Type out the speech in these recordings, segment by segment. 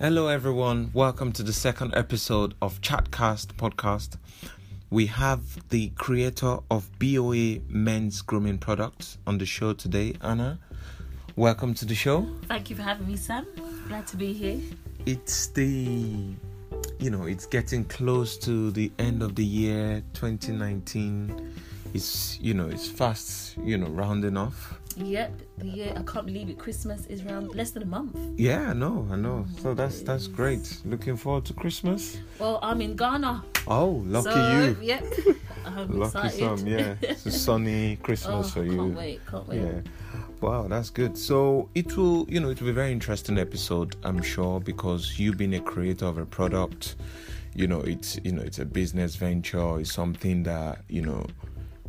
Hello, everyone. Welcome to the second episode of Chatcast podcast. We have the creator of BOA men's grooming products on the show today, Anna. Welcome to the show. Thank you for having me, Sam. Glad to be here. It's the, you know, it's getting close to the end of the year 2019. It's, you know, it's fast, you know, rounding off. Yep, the year I can't believe it. Christmas is around less than a month. Yeah, I know, I know. So that's that's great. Looking forward to Christmas. Well, I'm in Ghana. Oh, lucky so, you. Yep. I'm Lucky excited. some, yeah. It's a sunny Oh, Christmas for you. Can't wait, can't wait. Yeah. Wow, that's good. So it will, you know, it will be a very interesting episode, I'm sure, because you being a creator of a product, you know, it's you know, it's a business venture. It's something that you know,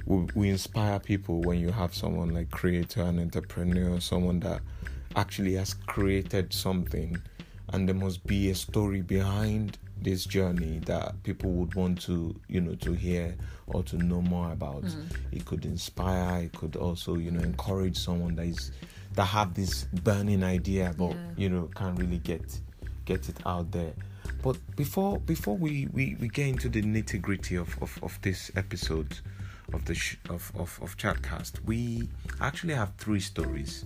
we, we inspire people when you have someone like creator and entrepreneur, someone that actually has created something, and there must be a story behind this journey that people would want to you know to hear or to know more about it could inspire it could also you know encourage someone that is that have this burning idea but Yeah. you know can't really get get it out there but before before we we, we get into the nitty gritty of, of of this episode of the sh- of, of of chatcast we actually have three stories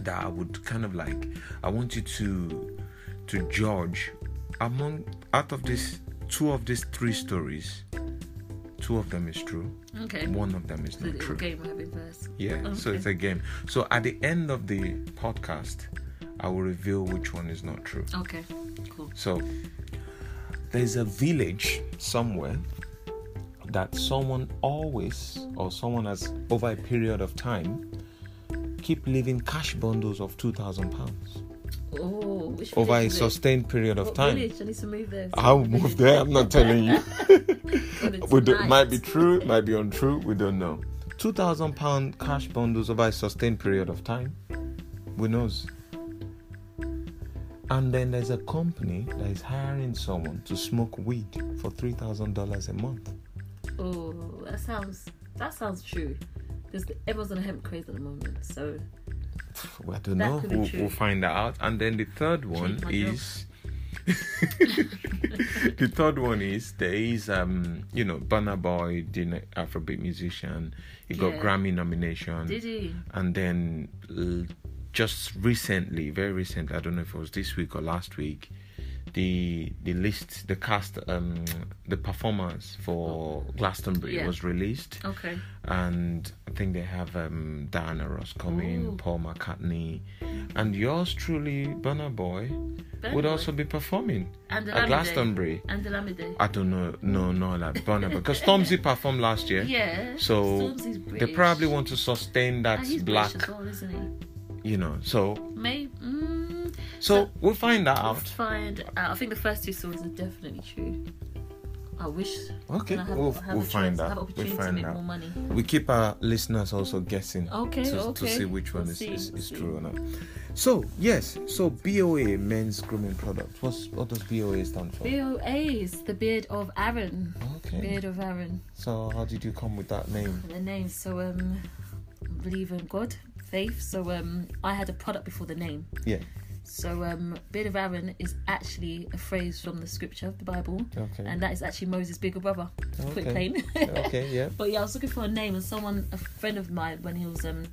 that I would kind of like I want you to to judge among out of this two of these three stories two of them is true Okay. one of them is The not little true game we're having first. yeah so it's a game so at the end of the podcast I will reveal which one is not true Okay, cool. so there's a village somewhere that someone always or someone has over a period of time keep leaving cash bundles of 2000 pounds Oh, which over a village is it? sustained period of What time. Village? I need to move there. I'll move there. I'm not telling you. we do, Tonight. might be true, might be untrue. We don't know. Two thousand pound cash bundles over a sustained period of time. Who knows? And then there's a company that is hiring someone to smoke weed for three thousand dollars a month. Oh, that sounds that sounds true. Because everyone's on a hemp craze at the moment, so Pff, I don't That know. could be We'll, true. we'll find that out. And then the third one my job. is. the third one is there is um you know Burna Boy, the na- Afrobeat musician, he got Yeah. Grammy nomination, did he? and then l- just recently, very recent, I don't know if it was this week or last week, the the list, the cast, um the performance for Glastonbury Oh. Yeah. was released Okay. and I think they have um, Diana Ross coming, Ooh. Paul McCartney, and yours truly, Burner Boy, Burna would Boy. also be performing And at Olamide. Glastonbury. And Delamide. I don't know, no, no, like Burner Boy, because Stormzy performed last year. Yeah. So Stormzy's they British. probably want to sustain Ah, that he's black, British as well, isn't he? you know. So, May mm, so we'll find that let's out. find out. I think the first two stories are definitely true. I wish. Okay, and I have, we'll, I have we'll a find chance- I have out. We'll opportunity to find make more out. money. We keep our listeners also guessing. Okay, to, to okay. see which one We'll is, see, is, we'll is see. true or not. So yes, so BOA men's grooming product. What's what does BOA stand for? BOA's the beard of Aaron. Okay. Beard of Aaron. So how did you come with that name? The name. So um, believe in God, faith. So um, I had a product before the name. Yeah. So um, beard of Aaron is actually a phrase from the scripture of the Bible, Okay. and that is actually Moses' bigger brother. Quick Okay. plain. okay. Yeah. But yeah, I was looking for a name, and someone, a friend of mine, when he was um,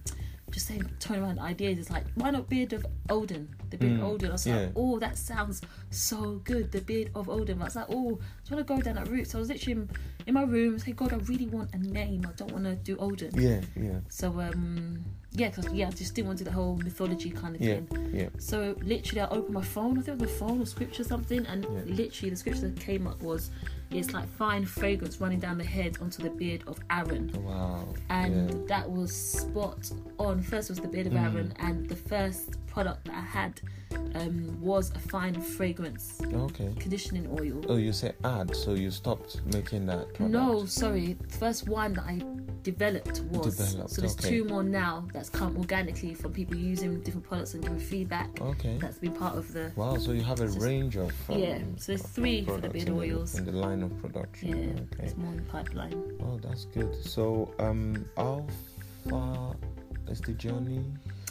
just saying, turning around ideas, it's like, why not Beard of Odin? The Beard Mm, of Odin. I was yeah. like, oh, that sounds so good, the Beard of Odin. I was like, oh, do you want to go down that route? So I was literally in, in my room, saying, God, I really want a name. I don't want to do Odin. Yeah. Yeah. So um, yeah, 'cause, yeah, I just didn't want to do the whole mythology kind of Yeah. thing. Yeah. So literally, I opened my phone. I think it was my phone or scripture something, and Yeah. literally the scripture that came up was, "It's like fine fragrance running down the head onto the beard of Aaron," Wow. and yeah. Mm. that was spot on. First was the beard of Aaron, and the first product that I had um, was a fine fragrance Okay. conditioning oil. Oh, you say ad, so you stopped making that product. No, sorry. The first one that I developed was Developed, so there's okay. two more now that's come organically from people using different products and giving feedback. Okay. That's been part of the Wow. So you have a It's just- range of um, yeah, so there's of three for the products beard in oils. in the line of production. yeah. Okay. It's more in the pipeline. Oh, that's good. So, um, how far is the journey?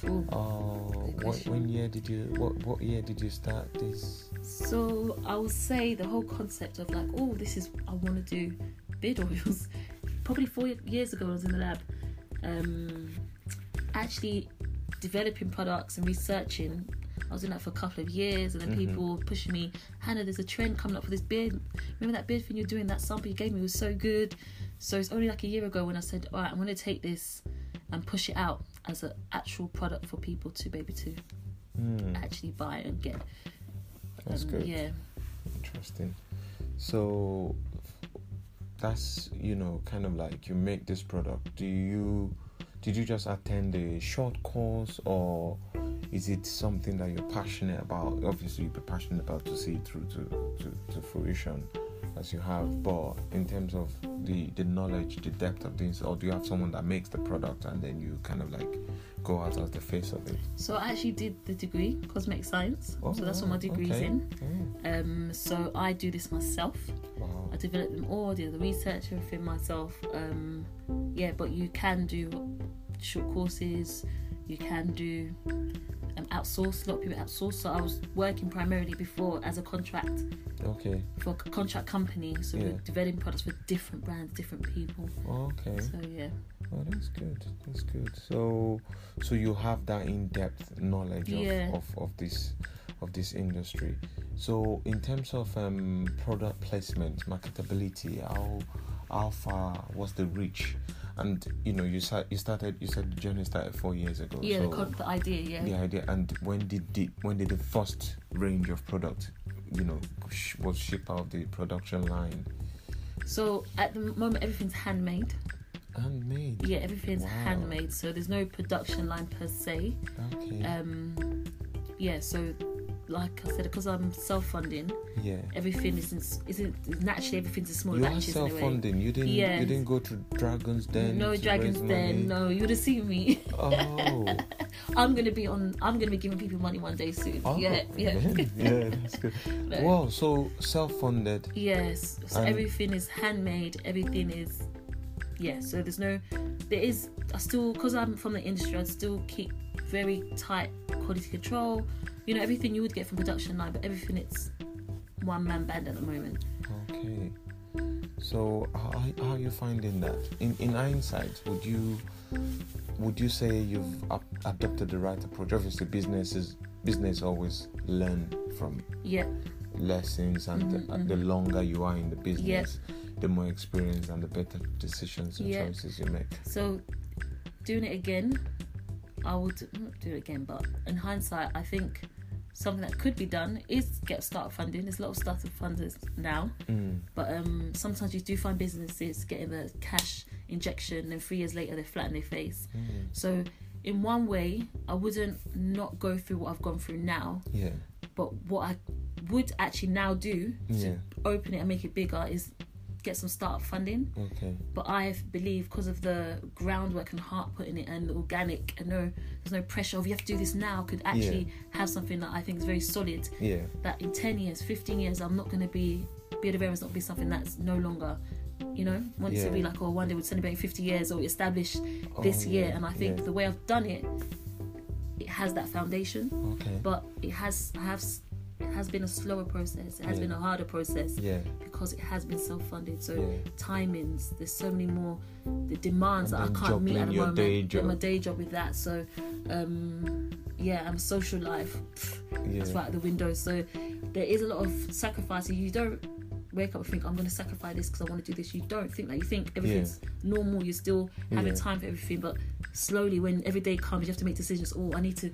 Ooh. Oh, Good what question. when year did you what what year did you start this? So I would say the whole concept of like, oh, this is I want to do beard oils. Probably four years ago, I was in the lab, um, actually developing products and researching. I was doing that for a couple of years, and then Mm-hmm. people were pushing me, Hannah, there's a trend coming up for this beard. Remember that beard thing you're doing? That sample you gave me was so good. So it's only like a year ago when I said, all right, I'm going to take this and push it out as an actual product for people to be able to Hmm, actually buy and get. that's Um, good. Yeah. Interesting. So that's you know kind of like you make this product. Do you did you just attend a short course or is it something that you're passionate about? Obviously, you'd be passionate about to see it through to, to, to fruition as you have. But in terms of the the knowledge, the depth of things, or do you have someone that makes the product and then you kind of like go out as the face of it? So I actually did the degree, cosmetic science. Oh, so that's what my wow, degree's okay. in. Mm, Um, so I do this myself. Oh, wow. I develop them all, do the research, everything myself. Um, yeah, but you can do short courses. You can do um, outsource. A lot of people outsource. So I was working primarily before as a contract Okay. for a contract company. So Yeah. we're developing products for different brands, different people. Okay. So yeah, Oh, that's good. That's good. So, so you have that in-depth knowledge of, Yeah. of, of this of this industry. So, in terms of um, product placement, marketability, how how far was the reach? And you know, you sa- you started you said the journey started four years ago. yeah, the, so con- the idea. Yeah. the idea. And when did the when did the first range of product, you know, sh- was shipped out the production line? So at the moment, everything's handmade. Um, Handmade. Yeah, everything's Wow. handmade, so there's no production line per se. Okay. Um, yeah, so like I said, because I'm self-funding, yeah. everything is in, isn't naturally everything's in small You are batches anyway. self-funding. You didn't. Yes. You didn't go to Dragons Den. to no raise dragons money. den. No, you would have seen me. Oh. I'm gonna be on. I'm gonna be giving people money one day soon. oh. Yeah, yeah, yeah, that's good. No. Wow. So self-funded. Yes, so And- everything is handmade. Everything is, yeah. So there's no, there is. I still, cause I'm from the industry, I still keep very tight quality control. You know everything you would get from production line, but everything it's one man band at the moment. Okay. So how, how are you finding that? In in hindsight, would you would you say you've ap- adopted the right approach? Obviously, businesses business always learn from Yeah, lessons, and the, Mhm, the mhm. longer you are in the business, the more experience and the better decisions and Yeah. choices you make. So, doing it again, I would not do it again, but in hindsight, I think something that could be done is get startup funding. There's a lot of startup funders now, Mm. but um, sometimes you do find businesses getting the cash injection, and three years later, they flatten their face. Mm. So, in one way, I wouldn't not go through what I've gone through now, Yeah. but what I would actually now do to Yeah. open it and make it bigger is get some startup funding Okay. but I believe because of the groundwork and heart put in it and the organic and no there's no pressure of you have to do this now could actually have something that I think is very solid Yeah. that in 10 years 15 years I'm not going to be Beard of Aaron's not be something that's no longer you know want Yeah. to be like oh one day we're celebrating 50 years or established Oh, this year yeah, and I think yeah. the way I've done it it has that foundation Okay. but it has I have s- it has been a slower process it has Yeah. been a harder process yeah. because it has been self-funded so Yeah. timings there's so many more the demands And that i then can't meet at juggling the your moment day Then job. my day job with that so um yeah i'm social life Yeah. it's right out the window so there is a lot of sacrifice you don't wake up and think i'm going to sacrifice this because i want to do this you don't think that you think everything's normal you're still having Yeah. time for everything but slowly when every day comes you have to make decisions oh i need to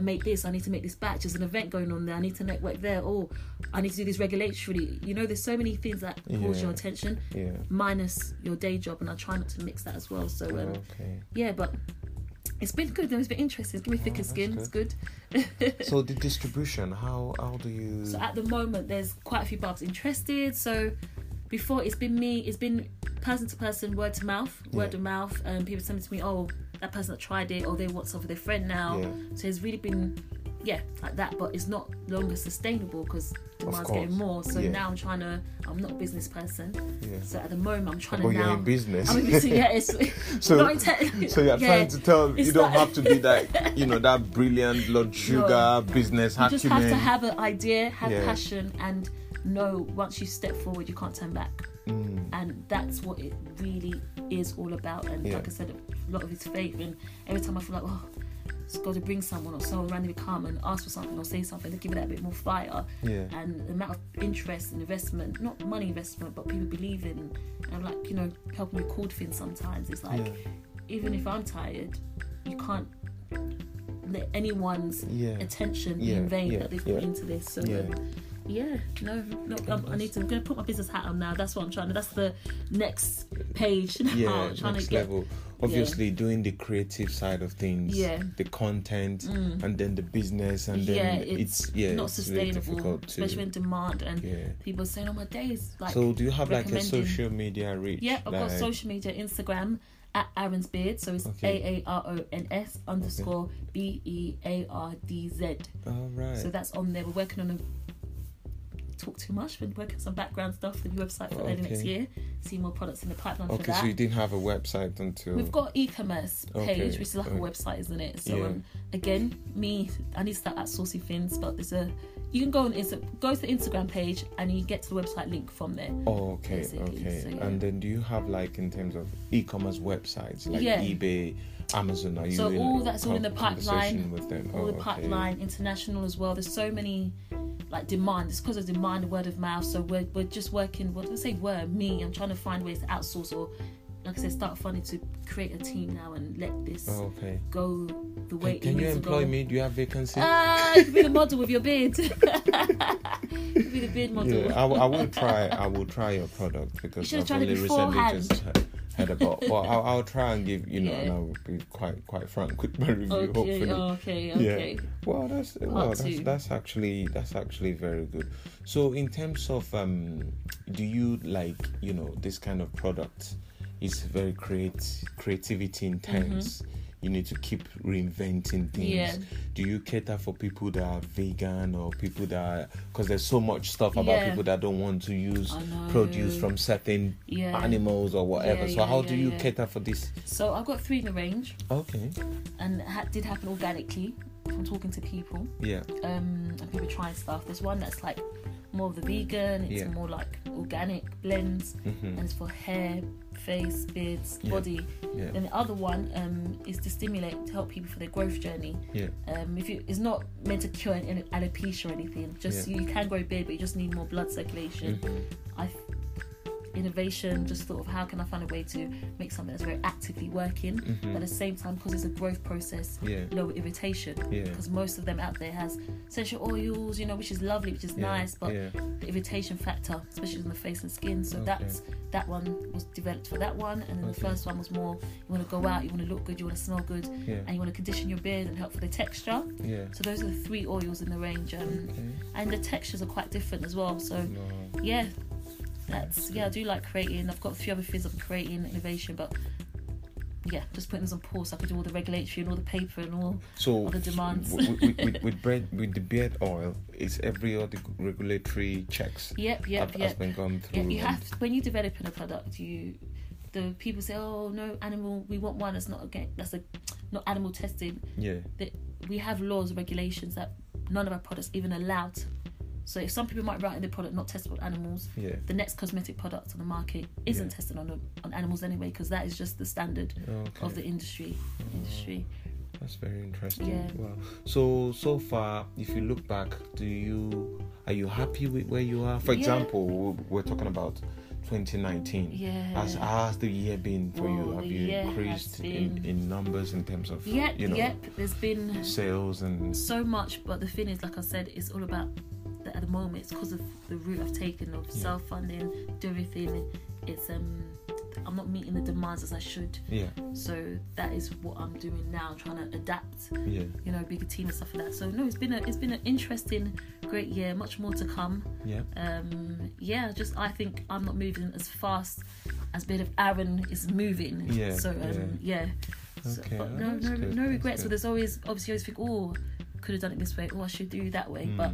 make this i need to make this batch there's an event going on there i need to network there oh i need to do this regulatorily you know there's so many things that cause Yeah. your attention Yeah. minus your day job and i try not to mix that as well so um, Okay. yeah but it's been good though it's been interesting it's given me Oh, thicker that's skin it's good So the distribution, how how do you? So at the moment, there's quite a few barbs interested. So before, it's been me, it's been person to person, word to mouth, word Yeah. of mouth. Um, people sending to me, oh, that person that tried it, or they want some for their friend now. Yeah. So it's really been yeah, like that. But it's not longer sustainable because demand's course. getting more. So Yeah. now I'm trying to. I'm not a business person. Yeah. So at the moment, I'm trying But to you're now. in business. I'm in business. Yeah, it's So- not inte- So you're yeah. trying to tell you it's don't not- have to be that you know that brilliant Lord Sugar business You just have to acumen. have an idea, have Yeah. passion, and know once you step forward, you can't turn back. Mm, And that's what it really is all about. And Yeah. like I said, a lot of it's faith. And every time I feel like, oh, it's got to bring someone or someone randomly come and ask for something or say something to give it that bit more fire. Yeah. And the amount of interest and investment, not money investment, but people believing and like, you know, helping you call things sometimes. It's like, Yeah. even if I'm tired, you can't let anyone's Yeah. attention Yeah, in vain yeah, that they've yeah. put into this. So Yeah. yeah, yeah no, no I'm, I need to. I'm gonna put my business hat on now. That's what I'm trying to. That's the next page. Now. yeah, I'm Oh, trying next to get. level. Obviously, doing the creative side of things, Yeah. the content, and then the business, and then mm. yeah, it's, yeah, not it's very sustainable, difficult to- especially in demand and Yeah. people are saying, "Oh my days!" Like, so, do you have like a recommending- social media reach? Yeah, I've got like- social media, Instagram at Aaron's Beard. So it's Okay. A A R O N S underscore B E A R D Z. All oh, right. So that's on there. We're working on a talk too much. We're working on some background stuff for the website for early next Okay. year. See more products in the pipeline for okay, that. so Oh, you didn't have a website until. We've got e-commerce page, Okay, which is like okay. a website, isn't it? So Yeah. um, again, me, I need to start at saucy fins, but there's a you can go on Insta, go to the Instagram page and you get to the website link from there. Oh, okay, basically, okay. so, yeah. And then do you have like in terms of e-commerce websites like Yeah. eBay, Amazon? Are you So in all that's all in the conversation pipeline, with them? All Oh, the okay. pipeline, international as well. There's so many like demand. It's because of demand, word of mouth. So we're, we're just working. What do I say? We're me. I'm trying to find ways to outsource or, like I said, start funding to create a team now and let this Oh, okay. go the way Can, can it you needs to employ go. me? Do you have vacancy? Ah, you could be the model with your beard. you could be the beard model. yeah, I, will- I will try. I will try your product because should've I've tried it only recently beforehand. just he- heard about. But I'll, I'll try and give you know, and Yeah. I'll be quite quite frank with my review. okay, hopefully, okay, okay. Well, that's well, that's, two. that's actually that's actually very good. So, in terms of um, do you like you know this kind of product? It's very create creativity intense. You need to keep reinventing things. Mm-hmm. Yeah. Do you cater for people that are vegan or people that are because there's so much stuff about Yeah. people that don't want to use I know. produce from certain Yeah. animals or whatever. Yeah, so yeah, how yeah, do you yeah. cater for this? So I've got three in the range, Okay. and it ha- did happen organically from talking to people. Yeah. um, and people trying stuff. There's one that's like more of the vegan. It's Yeah. Mm. more like organic blends, Mm-hmm. and it's for hair, face, beards, Yeah. body. Yeah. Then the other one um, is to stimulate to help people for their growth journey. Yeah. Um, if you, it's not meant to cure an alopecia or anything. Just you, you can grow a beard, but you just need more blood Mm. circulation. Mm-hmm. I innovation just thought of how can I find a way to make something that's very actively working, but at the Mm. same time because it's a growth process, Mm-hmm. Yeah. lower irritation. Yeah. Because most of them out there has essential oils, you know, which is lovely, which is Yeah, nice, but yeah. the irritation factor, especially on the face and skin. So Okay. that's that one was developed for that one, and then Okay. the first one was more you want to go out, you want to look good, you want to smell good, Yeah. and you want to condition your beard and help for the texture. Yeah. So those are the three oils in the range, um, Okay. and the textures are quite different as well. So Wow. yeah that's yeah i do like creating i've got three other things i'm creating innovation but yeah just putting this on pause so i can do all the regulatory and all the paper and all So other demands. with, with, with, with bread with the beard oil, it's every other regulatory checks yep yep have, has yep been gone yeah, through. you and- have when you're developing a product you the people say oh no animal we want one that's not again that's a not animal tested yeah, that we have laws and regulations that none of our products even allowed so if some people might write in the product not tested on animals yeah. the next cosmetic product on the market isn't Yeah. tested on on animals anyway because that is just the standard Okay, Oh, of the industry industry that's very interesting. Yeah. Wow. So so far, if you look back, do you are you happy with where you are? For Yeah. example, we- we're talking about 2019. yeah Has, has the year been for you? Well, Have the you year increased has in, been- in numbers in terms of yep you know yep there's been sales and so much but the thing is like i said it's all about the, at the moment it's because of the route i've taken of self-funding doing everything it's um i'm not meeting the demands as i should yeah so that is what i'm doing now trying to adapt yeah you know bigger team and stuff like that so no it's been a it's been an interesting great year much more to come yeah um yeah just i think i'm not moving as fast as bit of aaron is moving Yeah, so um yeah, So, Okay, but oh, no that's no good, no that's regrets good. but there's always obviously you always think oh could have done it this way, or I should do that way. Mm. But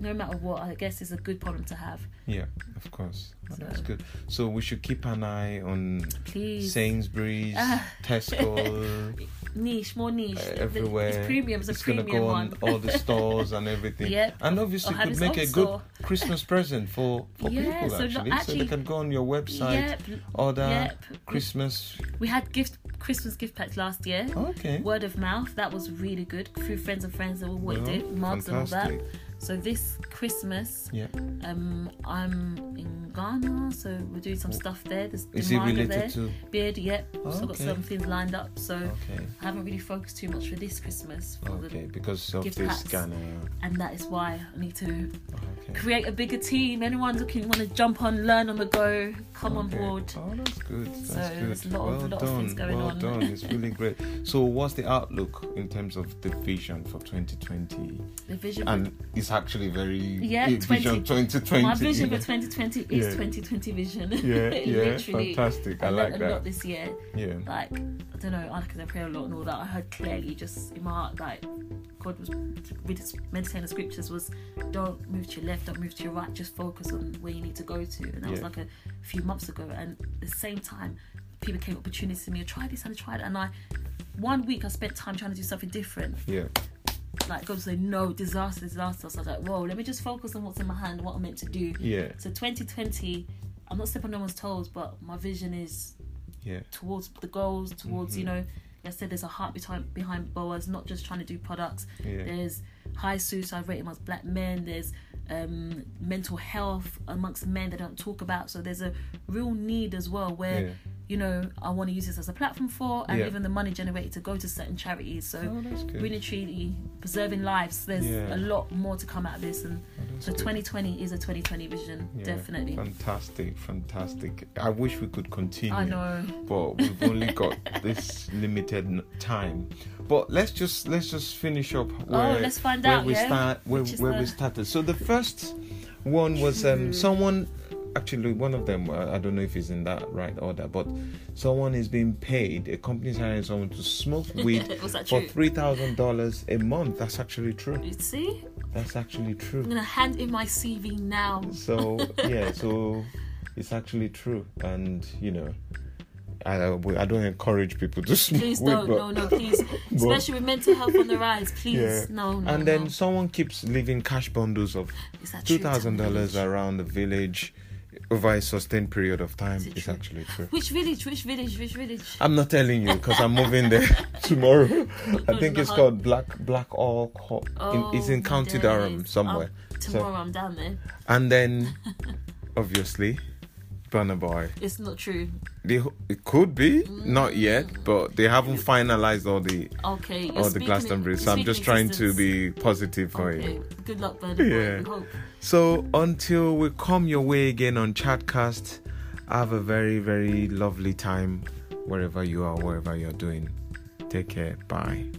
no matter what, I guess it's a good problem to have. Yeah, of course. Well, That's So- good. So we should keep an eye on Please, Sainsbury's, Ah. Tesco, niche, more niche. uh, The- the- everywhere. It's premium's a It's gonna premium go on one. Oh, all the stores and everything. Yep. And obviously, Or you have could his make own a store. good Christmas present for, for Yeah, people so not- actually. So actually- they can go on your website, Yep, order yep. Christmas. We had gift Christmas gift packs last year. Okay. Word of mouth, that was really good. Through friends and friends, that were what Well, it did, mugs and all fantastic. that. So this Christmas, Yeah. um, I'm in Ghana, so we're doing some stuff there. There's Oh. Is the it manga related there. to? Beard, yep. so I've got Okay. some things lined up. So Okay. I haven't really focused too much for this Christmas, for Okay, the, because of gift this packs. Ghana. and that is why I need to Okay. create a bigger team. Anyone looking want to jump on, learn on the go, come on Okay. board. Oh, that's good. That's So good. there's a lot well of- lot of done. things going well on. done. It's really great. So, what's the outlook in terms of the vision for 2020? The vision. for- And it's actually very Yeah, eh, vision 20. 2020. my vision for you know. 2020 is Yeah. 2020 vision. yeah, yeah, Literally. fantastic. I I like learned a that. lot this year. Yeah, Like, I don't know, because I pray a lot and all that. I heard clearly just in my heart, like, God was we just meditating the scriptures was don't move to your left, don't move to your right, just focus on where you need to go to. And that was Yeah. like a few months ago. And at the same time, people came opportunities to me, I tried this and I tried it. And I, one week I spent time trying to do something different. yeah, Like, God said, no, disaster, disaster. So I was like, whoa, let me just focus on what's in my hand, what I'm meant to do. yeah, So 2020, I'm not stepping on no one's toes, but my vision is yeah, towards the goals, towards you Mhm. know, like I said there's a heart behind behind Boas, not just trying to do products. yeah. There's high suicide rate amongst black men. There's um, mental health amongst men that don't talk about. So there's a real need as well where yeah. you know I want to use this as a platform for, and Yeah. even the money generated to go to certain charities. So. Oh, that's good. Really, truly preserving lives. There's Yeah. a lot more to come out of this, and Oh, that's so good. 2020 is a 2020 vision, Yeah, definitely. Fantastic, fantastic. I wish we could continue. I know. but we've only got this limited n- time. But let's just let's just finish up where, oh, let's find where out. we yeah? start where, Which is where we the- Hmm. started. So the first one was um, someone actually one of them I I don't know if it's in that right order, but someone is being paid. A company's hiring someone to smoke weed. Was that For true? three thousand dollars a month, that's actually true. You see, That's actually I'm true. gonna hand in my CV now. So yeah, so it's actually true, and you know, I I don't encourage people to smoke Please weed, don't, but- no, no, please. But- Especially with mental health on the rise, please. Yeah. No, no. and then no. someone keeps leaving cash bundles of Is that two true? thousand dollars around the village over a sustained period of time. Is it It's true? actually true. Which village? Which village? Which village? I'm not telling you because I'm moving there tomorrow. I no, think no, it's I- called Black Black All. Co- in, it's in Oh, County days. Durham somewhere. I'm- tomorrow I'm down there. And then, obviously, Burner Boy. It's not true. They, it could be not yet, but they haven't finalized all the Okay. Mm. You're all Oh, the speaking Glastonbury. in- So I'm speaking just trying to existence. be positive for it. Okay. Good luck, Bernard. Yeah. We hope. So until we come your way again on Chatcast, have a very, very lovely time wherever you are, wherever you're doing. Take care. Bye.